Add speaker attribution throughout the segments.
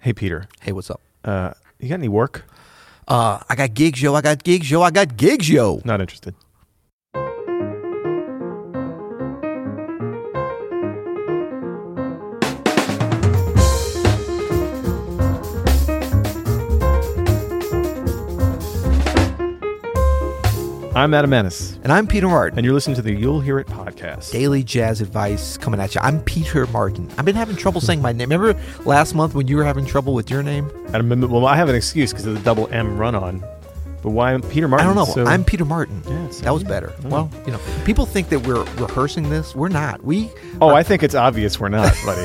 Speaker 1: Hey, Peter,
Speaker 2: Hey, what's up?
Speaker 1: uh, you got any work?
Speaker 2: Uh, I got gigs, yo. I got gigs, yo. I got gigs, yo.
Speaker 1: Not interested. I'm Adam Manis,
Speaker 2: And I'm Peter Martin.
Speaker 1: and you're listening to the You'll Hear It podcast.
Speaker 2: Daily jazz advice coming at you. I'm Peter Martin. I've been having trouble saying my name. Remember last month when you were having trouble with your name?
Speaker 1: I remember, well, I have an excuse because of the double M run on, but why Peter
Speaker 2: I
Speaker 1: Martin?
Speaker 2: don't know.
Speaker 1: so-
Speaker 2: I'm Peter Martin.
Speaker 1: Yeah, so-
Speaker 2: that was better.
Speaker 1: Oh.
Speaker 2: Well, you know, people think that we're rehearsing this. We're not. We
Speaker 1: oh, I think it's obvious we're not, buddy.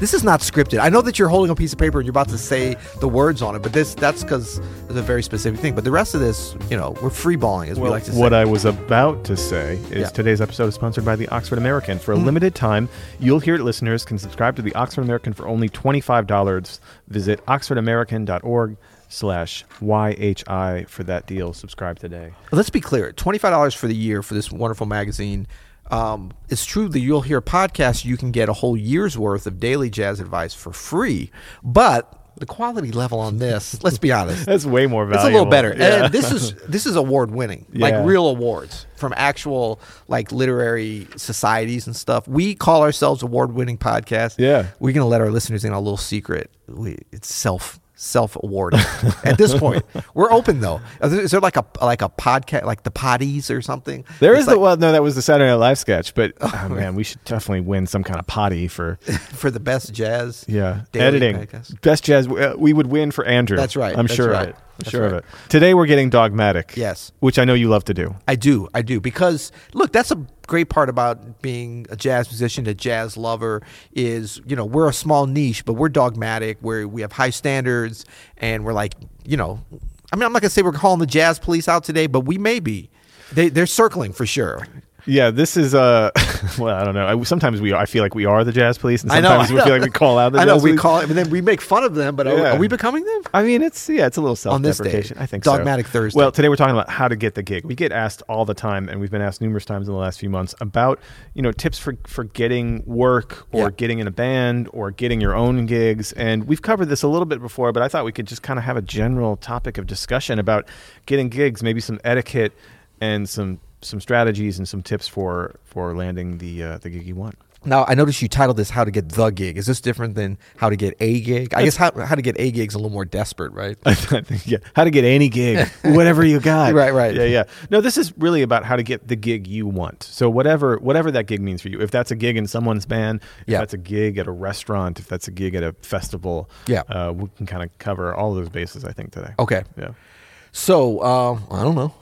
Speaker 2: this is not scripted. I know that you're holding a piece of paper and you're about to say the words on it, but this that's because it's a very specific thing. But the rest of this, you know, we're freeballing as we like to say.
Speaker 1: what I was about to say is
Speaker 2: Yeah. Mm.
Speaker 1: today's episode is sponsored by the Oxford American. For a limited time, you'll hear it listeners can subscribe to the Oxford American for only $25. Visit oxfordamerican.org slash YHI for that deal. Subscribe today.
Speaker 2: Let's be clear: twenty-five dollars for the year for this wonderful magazine. Um, it's true that you'll hear podcasts. You can get a whole year's worth of daily jazz advice for free, but the quality level on this, let's be honest,
Speaker 1: That's way more
Speaker 2: it's
Speaker 1: valuable.
Speaker 2: a little better.
Speaker 1: Yeah.
Speaker 2: And this is this is award winning,
Speaker 1: Yeah.
Speaker 2: like real awards from actual like literary societies and stuff. We call ourselves award winning podcast.
Speaker 1: Yeah.
Speaker 2: we're gonna let our listeners in on a little secret. We, it's self self awarded at this point. We're open though. Is there- is there like a like a podcast like the potties or something?
Speaker 1: There
Speaker 2: It's
Speaker 1: is
Speaker 2: like
Speaker 1: the well, no, that was the Saturday Night Live sketch, but oh, man, we should definitely win some kind of potty for
Speaker 2: for the best jazz.
Speaker 1: yeah
Speaker 2: daily
Speaker 1: editing
Speaker 2: podcast.
Speaker 1: best jazz. uh, We would win for Andrew.
Speaker 2: That's right.
Speaker 1: I'm
Speaker 2: That's
Speaker 1: sure
Speaker 2: right.
Speaker 1: of it. I'm
Speaker 2: That's
Speaker 1: sure of
Speaker 2: right.
Speaker 1: it. Today we're getting dogmatic.
Speaker 2: Yes.
Speaker 1: which I know you love to do.
Speaker 2: I do, I do, because look, that's a great part about being a jazz musician, a jazz lover. Is you know we're a small niche, but we're dogmatic. Where we have high standards, and we're like, you know, I mean, I'm not gonna say we're calling the jazz police out today, but we may be. They they're circling for sure.
Speaker 1: Yeah, this is uh well, I don't know. I, sometimes we I feel like we are the jazz police, and
Speaker 2: I know.
Speaker 1: sometimes
Speaker 2: I
Speaker 1: we
Speaker 2: know.
Speaker 1: feel like we call out the
Speaker 2: I know
Speaker 1: jazz
Speaker 2: we
Speaker 1: police.
Speaker 2: call, and then we make fun of them. But are,
Speaker 1: Yeah.
Speaker 2: are we becoming them?
Speaker 1: I mean, it's yeah, it's a little self
Speaker 2: On this day,
Speaker 1: deprecation. I think
Speaker 2: Dogmatic
Speaker 1: so.
Speaker 2: Thursday.
Speaker 1: Well, today we're talking about how to get the gig. We get asked all the time, and we've been asked numerous times in the last few months about you know tips for for getting work or
Speaker 2: Yeah.
Speaker 1: getting in a band or getting your own gigs. And we've covered this a little bit before, but I thought we could just kind of have a general topic of discussion about getting gigs, maybe some etiquette and some some strategies and some tips for for landing the uh, the gig you want.
Speaker 2: Now I noticed you titled this "How to Get the Gig." Is this different than "How to Get a Gig"? I guess how how to get a gig's a little more desperate, right?
Speaker 1: I think, yeah, how to get any gig, whatever you got.
Speaker 2: Right, right.
Speaker 1: Yeah, yeah. No, this is really about how to get the gig you want. So whatever whatever that gig means for you. If that's a gig in someone's band, if
Speaker 2: Yeah.
Speaker 1: that's a gig at a restaurant, if that's a gig at a festival,
Speaker 2: Yeah.
Speaker 1: uh, we can kind of cover all those bases. I think today.
Speaker 2: Okay.
Speaker 1: Yeah.
Speaker 2: So uh, I don't know.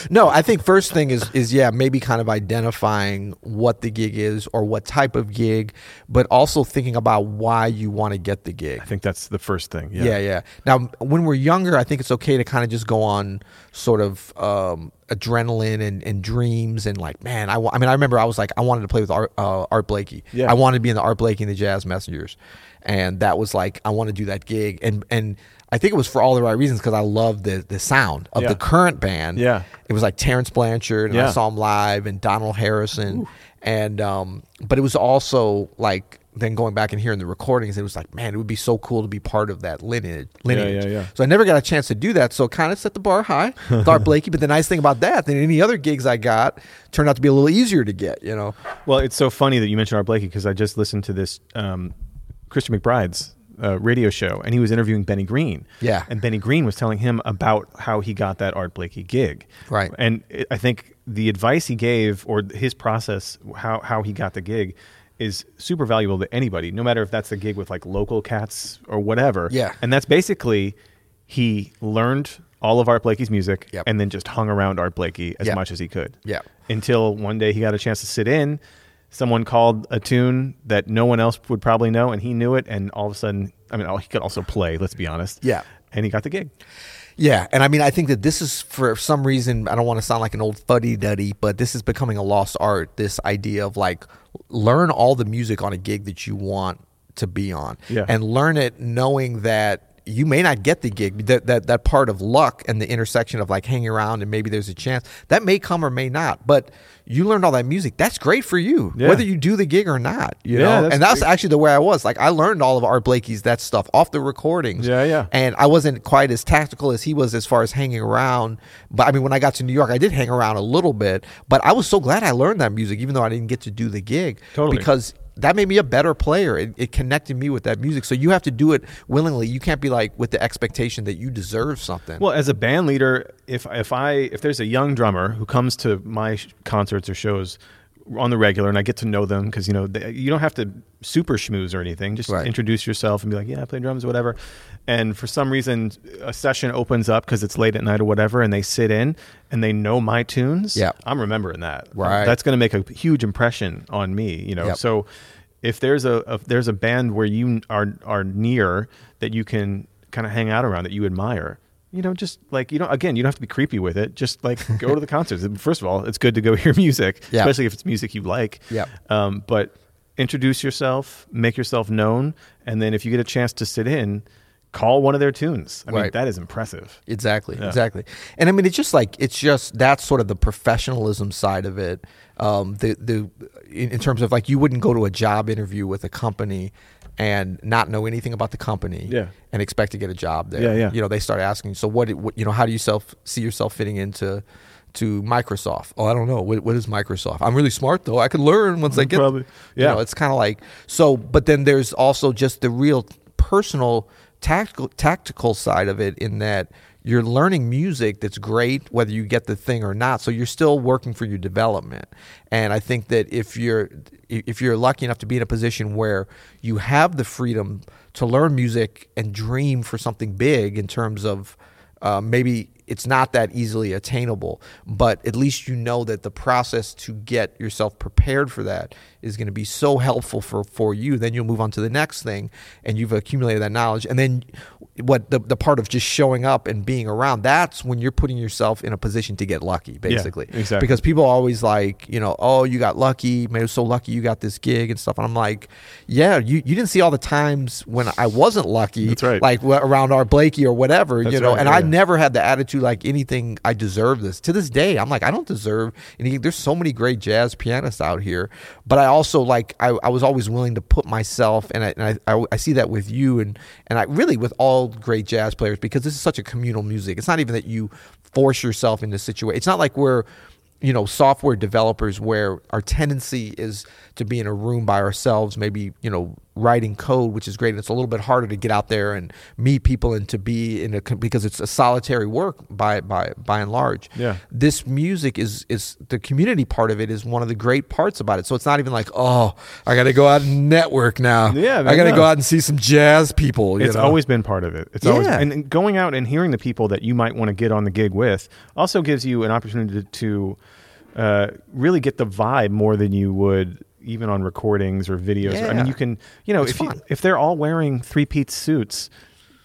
Speaker 2: no, I think first thing is is yeah maybe kind of identifying what the gig is or what type of gig, but also thinking about why you want to get the gig.
Speaker 1: I think that's the first thing. Yeah.
Speaker 2: Yeah. yeah, Now when we're younger, I think it's okay to kind of just go on sort of um, adrenaline and, and dreams and like man, I wa- I mean I remember I was like I wanted to play with Art, uh, Art Blakey.
Speaker 1: Yeah.
Speaker 2: I wanted to be in the Art Blakey and the Jazz Messengers, and that was like I want to do that gig and and. I think it was for all the right reasons because I loved the, the sound of
Speaker 1: Yeah.
Speaker 2: the current band.
Speaker 1: Yeah.
Speaker 2: It was like Terrence Blanchard and I
Speaker 1: Yeah.
Speaker 2: saw him live and Donald Harrison and um but it was also like then going back and hearing the recordings, it was like, man, it would be so cool to be part of that lineage. lineage.
Speaker 1: yeah, yeah.
Speaker 2: So I never got a chance to do that. So kind of set the bar high, Thought Blakey. But the nice thing about that than any other gigs I got turned out to be a little easier to get. You know,
Speaker 1: Well, it's so funny that you mentioned Art Blakey because I just listened to this um, Christian McBride's uh, radio show, and he was interviewing Benny Green.
Speaker 2: Yeah.
Speaker 1: and Benny Green was telling him about how he got that Art Blakey gig.
Speaker 2: Right.
Speaker 1: and it, I think the advice he gave or his process how how he got the gig is super valuable to anybody, no matter if that's the gig with like local cats or whatever.
Speaker 2: Yeah.
Speaker 1: and that's basically he learned. All of Art Blakey's music,
Speaker 2: Yep.
Speaker 1: and then just hung around Art Blakey as
Speaker 2: Yep.
Speaker 1: much as he could
Speaker 2: Yeah.
Speaker 1: until one day he got a chance to sit in. Someone called a tune that no one else would probably know, and he knew it. And all of a sudden, I mean, oh, he could also play. Let's be honest.
Speaker 2: Yeah.
Speaker 1: and he got the gig.
Speaker 2: Yeah, and I mean, I think that this is for some reason. I don't want to sound like an old fuddy duddy, but this is becoming a lost art. This idea of like learn all the music on a gig that you want to be on,
Speaker 1: Yeah.
Speaker 2: and learn it knowing that you may not get the gig. That, that that part of luck and the intersection of like hanging around and maybe there's a chance that may come or may not. But you learned all that music. That's great for you,
Speaker 1: Yeah.
Speaker 2: whether you do the gig or not. You
Speaker 1: Yeah,
Speaker 2: know,
Speaker 1: that's
Speaker 2: and that's
Speaker 1: great.
Speaker 2: actually the way I was. Like I learned all of Art Blakey's that stuff off the recordings.
Speaker 1: Yeah, yeah.
Speaker 2: And I wasn't quite as tactical as he was as far as hanging around. But I mean, when I got to New York, I did hang around a little bit. But I was so glad I learned that music, even though I didn't get to do the gig.
Speaker 1: Totally.
Speaker 2: Because because that made me a better player. It, it connected me with that music. So you have to do it willingly. You can't be like with the expectation that you deserve something.
Speaker 1: Well, as a band leader, if if I if there's a young drummer who comes to my sh- concerts or shows on the regular, and I get to know them because you know they, you don't have to super schmooze or anything. Just
Speaker 2: Right.
Speaker 1: introduce yourself and be like, "Yeah, I play drums, or whatever." And for some reason, a session opens up because it's late at night or whatever, and they sit in and they know my tunes.
Speaker 2: Yeah.
Speaker 1: I'm remembering that.
Speaker 2: Right.
Speaker 1: that's going to make a huge impression on me. You know,
Speaker 2: Yep.
Speaker 1: so if there's a if there's a band where you are are near that you can kind of hang out around that you admire, you know, just like you don't again, you don't have to be creepy with it. Just like go to the concerts. First of all, it's good to go hear music,
Speaker 2: Yeah.
Speaker 1: especially if it's music you like.
Speaker 2: Yeah.
Speaker 1: Um, but introduce yourself, make yourself known, and then if you get a chance to sit in, call one of their tunes. I mean,
Speaker 2: Right.
Speaker 1: that is impressive.
Speaker 2: Exactly, exactly. And I mean, it's just like it's just that's sort of the professionalism side of it. Um, the the in, in terms of like you wouldn't go to a job interview with a company and not know anything about the company
Speaker 1: Yeah.
Speaker 2: and expect to get a job there.
Speaker 1: Yeah, yeah.
Speaker 2: You know, they start asking, so what, what you know, how do you self see yourself fitting into to Microsoft? Oh, I don't know. What, what is Microsoft? I'm really smart though. I could learn once I get
Speaker 1: Probably.
Speaker 2: you
Speaker 1: Yeah.
Speaker 2: know, it's kind of like so but then there's also just the real personal tactical tactical side of it in that you're learning music that's great whether you get the thing or not so you're still working for your development and i think that if you're if you're lucky enough to be in a position where you have the freedom to learn music and dream for something big in terms of uh, maybe it's not that easily attainable, but at least you know that the process to get yourself prepared for that is going to be so helpful for, for you. Then you'll move on to the next thing and you've accumulated that knowledge. And then what the, the part of just showing up and being around, that's when you're putting yourself in a position to get lucky, basically.
Speaker 1: exactly.
Speaker 2: Because people are always like, you know, oh, you got lucky, man, it was so lucky you got this gig and stuff. And I'm like, yeah, you, you didn't see all the times when I wasn't lucky.
Speaker 1: That's right.
Speaker 2: Like wh- around our Blakey or whatever, you
Speaker 1: That's
Speaker 2: know,
Speaker 1: right,
Speaker 2: and
Speaker 1: yeah,
Speaker 2: I
Speaker 1: yeah.
Speaker 2: never had the attitude like anything I deserve this. To this day, I'm like, I don't deserve anything. There's so many great jazz pianists out here, but I also like I, I was always willing to put myself and I, and I, I I see that with you and and I really with all great jazz players because this is such a communal music. It's not even that you force yourself into situation. It's not like we're you know software developers where our tendency is to be in a room by ourselves maybe you know writing code which is great and it's a little bit harder to get out there and meet people and to be in a co- because it's a solitary work by by by and large
Speaker 1: Yeah.
Speaker 2: this music is is the community part of it is one of the great parts about it so it's not even like oh i gotta go out and network now
Speaker 1: Yeah,
Speaker 2: i
Speaker 1: man,
Speaker 2: gotta
Speaker 1: no.
Speaker 2: go out and see some jazz people you
Speaker 1: It's
Speaker 2: know?
Speaker 1: always been part of it. It's always
Speaker 2: Yeah.
Speaker 1: and and going out and hearing the people that you might want to get on the gig with also gives you an opportunity to uh, really get the vibe more than you would even on recordings or videos. I
Speaker 2: Yeah.
Speaker 1: mean, you can you know
Speaker 2: It's
Speaker 1: if you,
Speaker 2: fun.
Speaker 1: if they're all wearing three piece suits,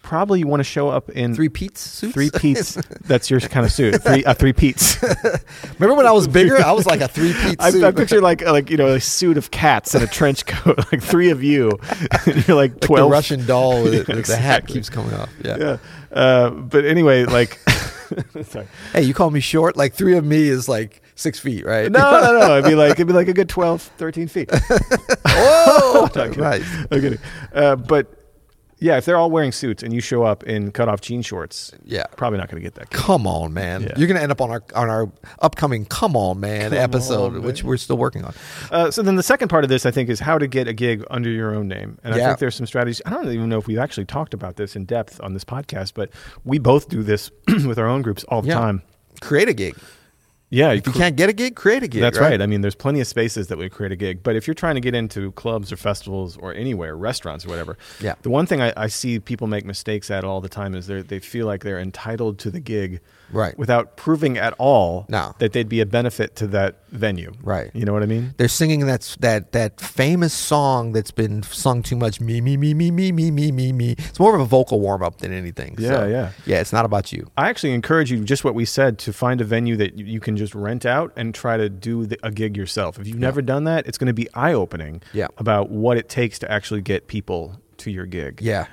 Speaker 1: probably you want to show up in
Speaker 2: three peats suits?
Speaker 1: three piece. that's your kind of suit. Three a three piece.
Speaker 2: remember when i was bigger i was like a three peat
Speaker 1: I,
Speaker 2: suit
Speaker 1: I picture like like you know a suit of cats and a trench coat, like three of you. You're like
Speaker 2: like the
Speaker 1: twelve.
Speaker 2: russian doll with it-
Speaker 1: Yeah,
Speaker 2: the hat
Speaker 1: exactly.
Speaker 2: keeps coming off
Speaker 1: yeah. Uh, but anyway, like, sorry.
Speaker 2: hey, you call me short? Like three of me is like six feet, right?
Speaker 1: No, no, no. It'd be like it'd be like a good 12, 13 feet.
Speaker 2: oh,
Speaker 1: I'm kidding.
Speaker 2: nice.
Speaker 1: I'm kidding. Uh, but yeah, if they're all wearing suits and you show up in cutoff jean shorts,
Speaker 2: Yeah.
Speaker 1: probably not going to get that. gig.
Speaker 2: Come on, man.
Speaker 1: Yeah.
Speaker 2: You're gonna end up on our on our upcoming "Come On, Man" episode,
Speaker 1: on,
Speaker 2: which we're still working on.
Speaker 1: Uh, so then the second part of this, I think, is how to get a gig under your own name. And
Speaker 2: Yeah.
Speaker 1: I think there's some strategies. I don't even know if we've actually talked about this in depth on this podcast, but we both do this with our own groups all the
Speaker 2: Yeah.
Speaker 1: time.
Speaker 2: Create a gig.
Speaker 1: Yeah,
Speaker 2: If you can't get a gig, create a gig.
Speaker 1: That's right. I mean, there's plenty of spaces that would create a gig, but if you're trying to get into clubs or festivals or anywhere, restaurants or whatever,
Speaker 2: Yeah.
Speaker 1: the one thing I, I see people make mistakes at all the time is they they feel like they're entitled to the gig,
Speaker 2: Right.
Speaker 1: without proving at all
Speaker 2: No.
Speaker 1: that they'd be a benefit to that venue,
Speaker 2: Right.
Speaker 1: You know what I mean?
Speaker 2: They're singing that that that famous song that's been sung too much. Me me me me me me me me me. It's more of a vocal warm up than anything.
Speaker 1: Yeah,
Speaker 2: So,
Speaker 1: yeah.
Speaker 2: yeah. It's not about you.
Speaker 1: I actually encourage you, just what we said, to find a venue that you- you can just rent out and try to do the, a gig yourself. If you've never done that, it's going to be eye opening
Speaker 2: Yeah.
Speaker 1: about what it takes to actually get people to your gig.
Speaker 2: Yeah.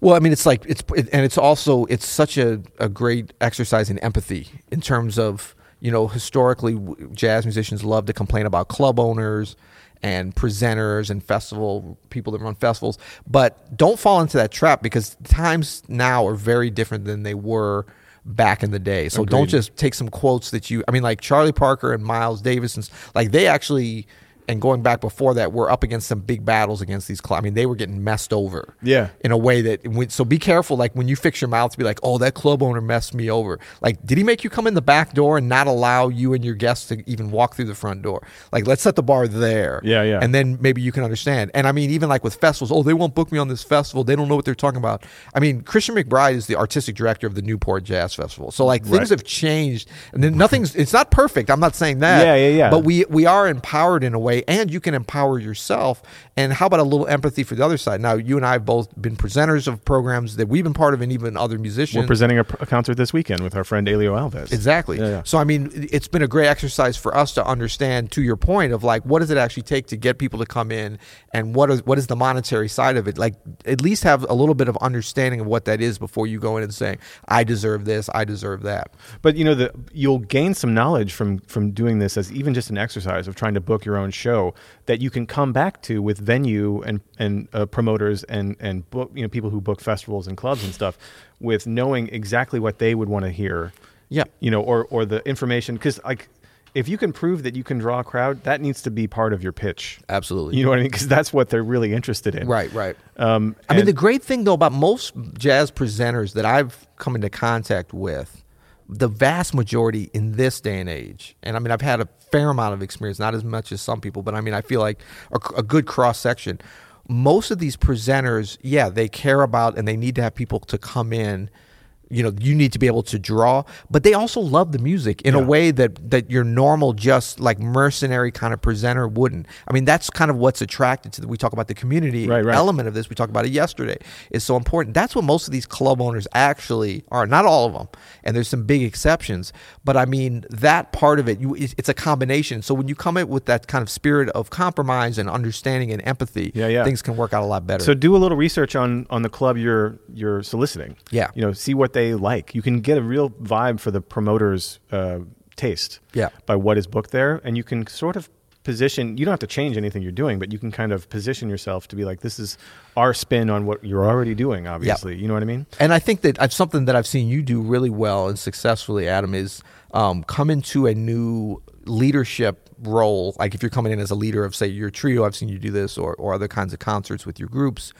Speaker 2: Well, I mean, it's like it's it, and it's also it's such a, a great exercise in empathy in terms of you know historically w- jazz musicians love to complain about club owners and presenters and festival people that run festivals, but don't fall into that trap because times now are very different than they were back in the day. So don't just take some quotes that you I mean like Charlie Parker and Miles Davis and s- like they actually and going back before that were up against some big battles against these clubs. I mean they were getting messed over
Speaker 1: Yeah.
Speaker 2: in a way that when, so be careful like when you fix your mouth to be like oh that club owner messed me over like did he make you come in the back door and not allow you and your guests to even walk through the front door like let's set the bar there
Speaker 1: Yeah, yeah.
Speaker 2: and then maybe you can understand and i mean even like with festivals oh they won't book me on this festival they don't know what they're talking about i mean christian mcbride is the artistic director of the newport jazz festival so like things
Speaker 1: Right.
Speaker 2: have changed and then nothing's it's not perfect i'm not saying that
Speaker 1: Yeah, yeah, yeah.
Speaker 2: but we we are empowered in a way, and you can empower yourself. And how about a little empathy for the other side? Now, you and I have both been presenters of programs that we've been part of, and even other musicians.
Speaker 1: We're presenting a, pr- a concert this weekend with our friend Elio Alves.
Speaker 2: Exactly.
Speaker 1: Yeah, yeah.
Speaker 2: So I mean, it- it's been a great exercise for us to understand, to your point, of like what does it actually take to get people to come in, and what is what is the monetary side of it? Like, at least have a little bit of understanding of what that is before you go in and saying, "I deserve this," "I deserve that."
Speaker 1: But you know, the, you'll gain some knowledge from from doing this as even just an exercise of trying to book your own show that you can come back to with venue and and uh, promoters and and book you know people who book festivals and clubs and stuff with knowing exactly what they would want to hear.
Speaker 2: Yeah.
Speaker 1: you know, or or the information because like if you can prove that you can draw a crowd, that needs to be part of your pitch.
Speaker 2: Absolutely.
Speaker 1: You know what I mean? Because that's what they're really interested in.
Speaker 2: Right, right.
Speaker 1: Um,
Speaker 2: I mean,
Speaker 1: and-
Speaker 2: the great thing though about most jazz presenters that I've come into contact with, the vast majority in this day and age, and I mean, I've had a fair amount of experience, not as much as some people, but I mean, I feel like a, a good cross section. Most of these presenters, yeah, they care about and they need to have people to come in. You know, you need to be able to draw, but they also love the music in a
Speaker 1: Yeah.
Speaker 2: way that that your normal, just like mercenary kind of presenter wouldn't. I mean, that's kind of what's attracted to. The, we talk about the community
Speaker 1: Right, right.
Speaker 2: element of this we talked about it yesterday is so important that's what most of these club owners actually are not all of them and there's some big exceptions but i mean that part of it you it's it's a combination so when you come in with that kind of spirit of compromise and understanding and empathy
Speaker 1: Yeah, yeah.
Speaker 2: things can work out a lot better
Speaker 1: So do a little research on on the club you're you're soliciting.
Speaker 2: Yeah.
Speaker 1: you know, see what they like. You can get a real vibe for the promoter's uh, taste.
Speaker 2: Yeah.
Speaker 1: by what is booked there, and you can sort of position. You don't have to change anything you're doing, but you can kind of position yourself to be like, this is our spin on what you're already doing. Obviously, you know what I mean.
Speaker 2: And I think that I've, something that I've seen you do really well and successfully, Adam, is um, come into a new leadership role. Like if you're coming in as a leader of, say, your trio, I've seen you do this, or, or other kinds of concerts with your groups,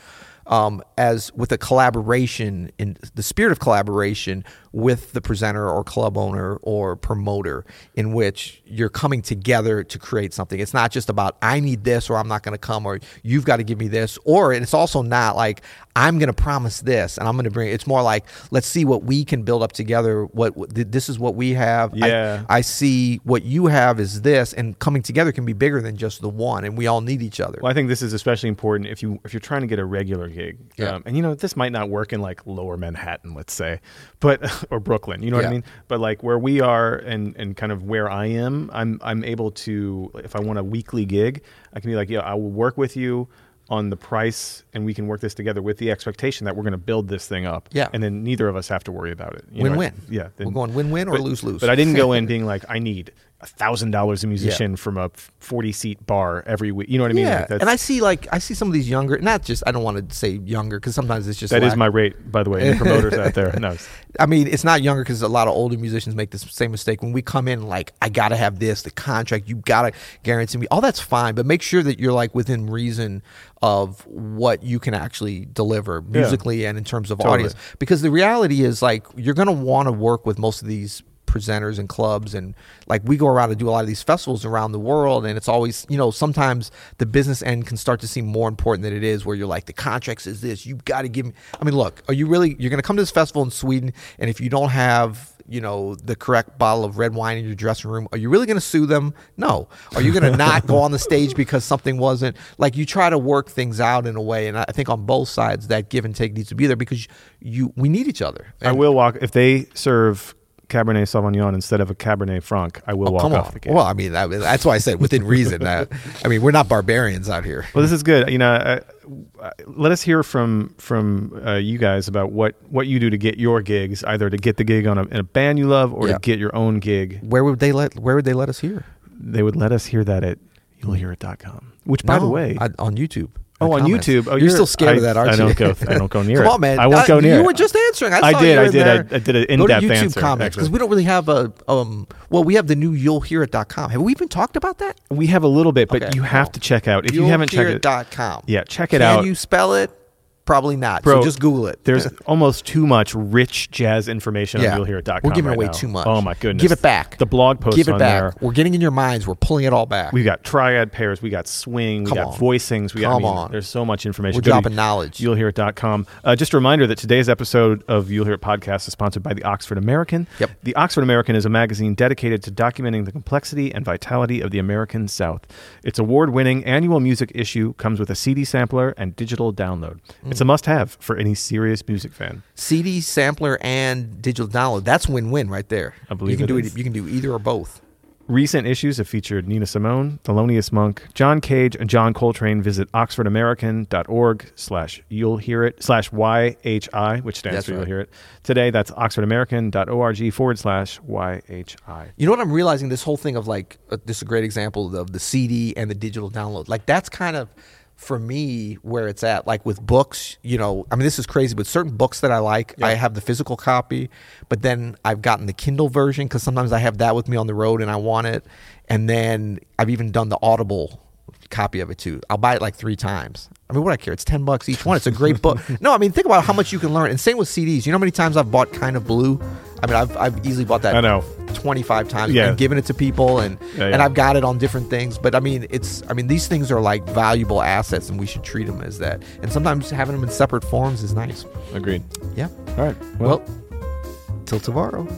Speaker 2: um, as with a collaboration in the spirit of collaboration with the presenter or club owner or promoter, in which you're coming together to create something. It's not just about I need this or I'm not going to come or you've got to give me this, or and it's also not like I'm going to promise this and I'm going to bring. It's more like let's see what we can build up together. What what- th- this is what we have. I-
Speaker 1: Yeah.
Speaker 2: I, see what you have is this, and coming together can be bigger than just the one, and we all need each other.
Speaker 1: Well, I think this is especially important if you if you're trying to get a regular gig.
Speaker 2: Yeah.
Speaker 1: Um, and you know, this might not work in like Lower Manhattan, let's say, but or Brooklyn. You know what
Speaker 2: Yeah.
Speaker 1: I mean? But like where we are and and kind of where I am, I'm I'm able to if I want a weekly gig, I can be like, yeah, I will work with you on the price and we can work this together with the expectation that we're going to build this thing up
Speaker 2: Yeah.
Speaker 1: and then neither of us have to worry about it You know,
Speaker 2: Win-win.
Speaker 1: I- yeah
Speaker 2: We're going win-win or
Speaker 1: but-
Speaker 2: lose-lose.
Speaker 1: but i didn't go in being like i need a thousand dollars a musician from a 40 seat bar every week you know what i mean
Speaker 2: yeah,
Speaker 1: Like, that's-
Speaker 2: and I see like I see some of these younger, not just I don't want to say younger because sometimes it's just
Speaker 1: That is
Speaker 2: lack-
Speaker 1: my rate, by the way. Any promoters out there? No.
Speaker 2: I mean, it's not younger because a lot of older musicians make this same mistake. When we come in, like, I gotta have this, the contract, you gotta guarantee me. All that's fine, but make sure that you're like within reason of what you can actually deliver musically and in terms of
Speaker 1: Totally.
Speaker 2: audience. Because the reality is, like, you're gonna want to work with most of these presenters and clubs and like we go around and do a lot of these festivals around the world and it's always you know sometimes the business end can start to seem more important than it is where you're like the contract says this you got to give me i mean look are you really you're going to come to this festival in sweden and if you don't have you know the correct bottle of red wine in your dressing room are you really going to sue them no are you going to not go on the stage because something wasn't like you try to work things out in a way and i I think on both sides that give and take needs to be there because you we need each other
Speaker 1: I will walk if they serve Cabernet Sauvignon instead of a Cabernet Franc, I will walk
Speaker 2: oh, Come
Speaker 1: off
Speaker 2: on.
Speaker 1: the gig.
Speaker 2: Well, I mean, I, that's why I said within reason. I, I mean, we're not barbarians out here.
Speaker 1: Well, this is good. You know, uh, uh, let us hear from from uh, you guys about what what you do to get your gigs, either to get the gig on a, in a band you love or
Speaker 2: Yeah.
Speaker 1: to get your own gig.
Speaker 2: Where would they let? Where would they let us hear?
Speaker 1: They would let us hear that at you'llhearit.com. Which, by the
Speaker 2: No,
Speaker 1: way,
Speaker 2: I- on YouTube.
Speaker 1: Oh, on
Speaker 2: Comments.
Speaker 1: YouTube. Oh,
Speaker 2: you're,
Speaker 1: you're-
Speaker 2: still scared of
Speaker 1: I-
Speaker 2: that, aren't
Speaker 1: I
Speaker 2: you?
Speaker 1: don't go- I don't go near
Speaker 2: Come
Speaker 1: it.
Speaker 2: on, man.
Speaker 1: I won't
Speaker 2: Uh,
Speaker 1: go near
Speaker 2: You
Speaker 1: it.
Speaker 2: were just answering. I,
Speaker 1: I
Speaker 2: saw
Speaker 1: did,
Speaker 2: you
Speaker 1: I
Speaker 2: in
Speaker 1: did. I-
Speaker 2: there.
Speaker 1: I did an
Speaker 2: Go to
Speaker 1: in-depth
Speaker 2: YouTube
Speaker 1: answer,
Speaker 2: comments because
Speaker 1: actually.
Speaker 2: we don't really have a. Um, well, we have the new you'll hear it.com. Have we even talked about that?
Speaker 1: we have a little bit, but
Speaker 2: Okay,
Speaker 1: you have
Speaker 2: well,
Speaker 1: to check out if you
Speaker 2: You'll
Speaker 1: haven't
Speaker 2: hear
Speaker 1: checked it.
Speaker 2: dot com.
Speaker 1: Yeah, check it
Speaker 2: Can
Speaker 1: out.
Speaker 2: you spell it? Probably not.
Speaker 1: Bro,
Speaker 2: so just Google it.
Speaker 1: There's almost too much rich jazz information
Speaker 2: Yeah.
Speaker 1: on you'llhearit.com.
Speaker 2: We're giving
Speaker 1: right
Speaker 2: away
Speaker 1: now.
Speaker 2: too much.
Speaker 1: Oh my goodness!
Speaker 2: Give it back.
Speaker 1: The blog post
Speaker 2: Give it
Speaker 1: on
Speaker 2: back.
Speaker 1: there.
Speaker 2: We're getting in your minds. We're pulling it all back.
Speaker 1: We've got triad pairs. We got swing. We
Speaker 2: Come
Speaker 1: got
Speaker 2: on.
Speaker 1: voicings. We got. I
Speaker 2: Come
Speaker 1: mean,
Speaker 2: on.
Speaker 1: There's so much information.
Speaker 2: We're
Speaker 1: Go to
Speaker 2: dropping knowledge.
Speaker 1: You'llhearit.com. Uh, just a reminder that today's episode of You'll Hear It podcast is sponsored by the Oxford American.
Speaker 2: Yep.
Speaker 1: The Oxford American is a magazine dedicated to documenting the complexity and vitality of the American South. Its award-winning annual music issue comes with a CD sampler and digital download. It's a
Speaker 2: Mm.
Speaker 1: must-have for any serious music fan.
Speaker 2: CD sampler and digital download. That's win-win right there.
Speaker 1: I believe
Speaker 2: you can
Speaker 1: it
Speaker 2: do e,
Speaker 1: is.
Speaker 2: You can do either or both.
Speaker 1: Recent issues have featured Nina Simone, Thelonious Monk, John Cage, and John Coltrane. Visit oxfordamerican.org slash you'll hear it slash YHI, which stands
Speaker 2: That's
Speaker 1: for
Speaker 2: right.
Speaker 1: you'll hear it. Today, that's oxfordamerican.org forward slash YHI.
Speaker 2: You know what I'm realizing? This whole thing of like uh, this is a great example of the CD and the digital download. Like that's kind of for me where it's at. Like with books, you know, I mean this is crazy, but certain books that I like, I have the physical copy, but then I've gotten the Kindle version because sometimes I have that with me on the road and I want it, and then I've even done the Audible copy of it too. I'll buy it like three times. I mean, what do I care? It's ten bucks each one. It's a great book. No, I mean, think about how much you can learn. And same with CDs. You know how many times I've bought Kind of Blue? I mean, I've, I've easily bought that.
Speaker 1: I know.
Speaker 2: 25 times
Speaker 1: Yeah.
Speaker 2: and given it to people and
Speaker 1: Yeah,
Speaker 2: and
Speaker 1: yeah.
Speaker 2: I've got it on different things but I mean it's I mean these things are like valuable assets and we should treat them as that and sometimes having them in separate forms is nice
Speaker 1: Agreed.
Speaker 2: yeah
Speaker 1: All right.
Speaker 2: well till tomorrow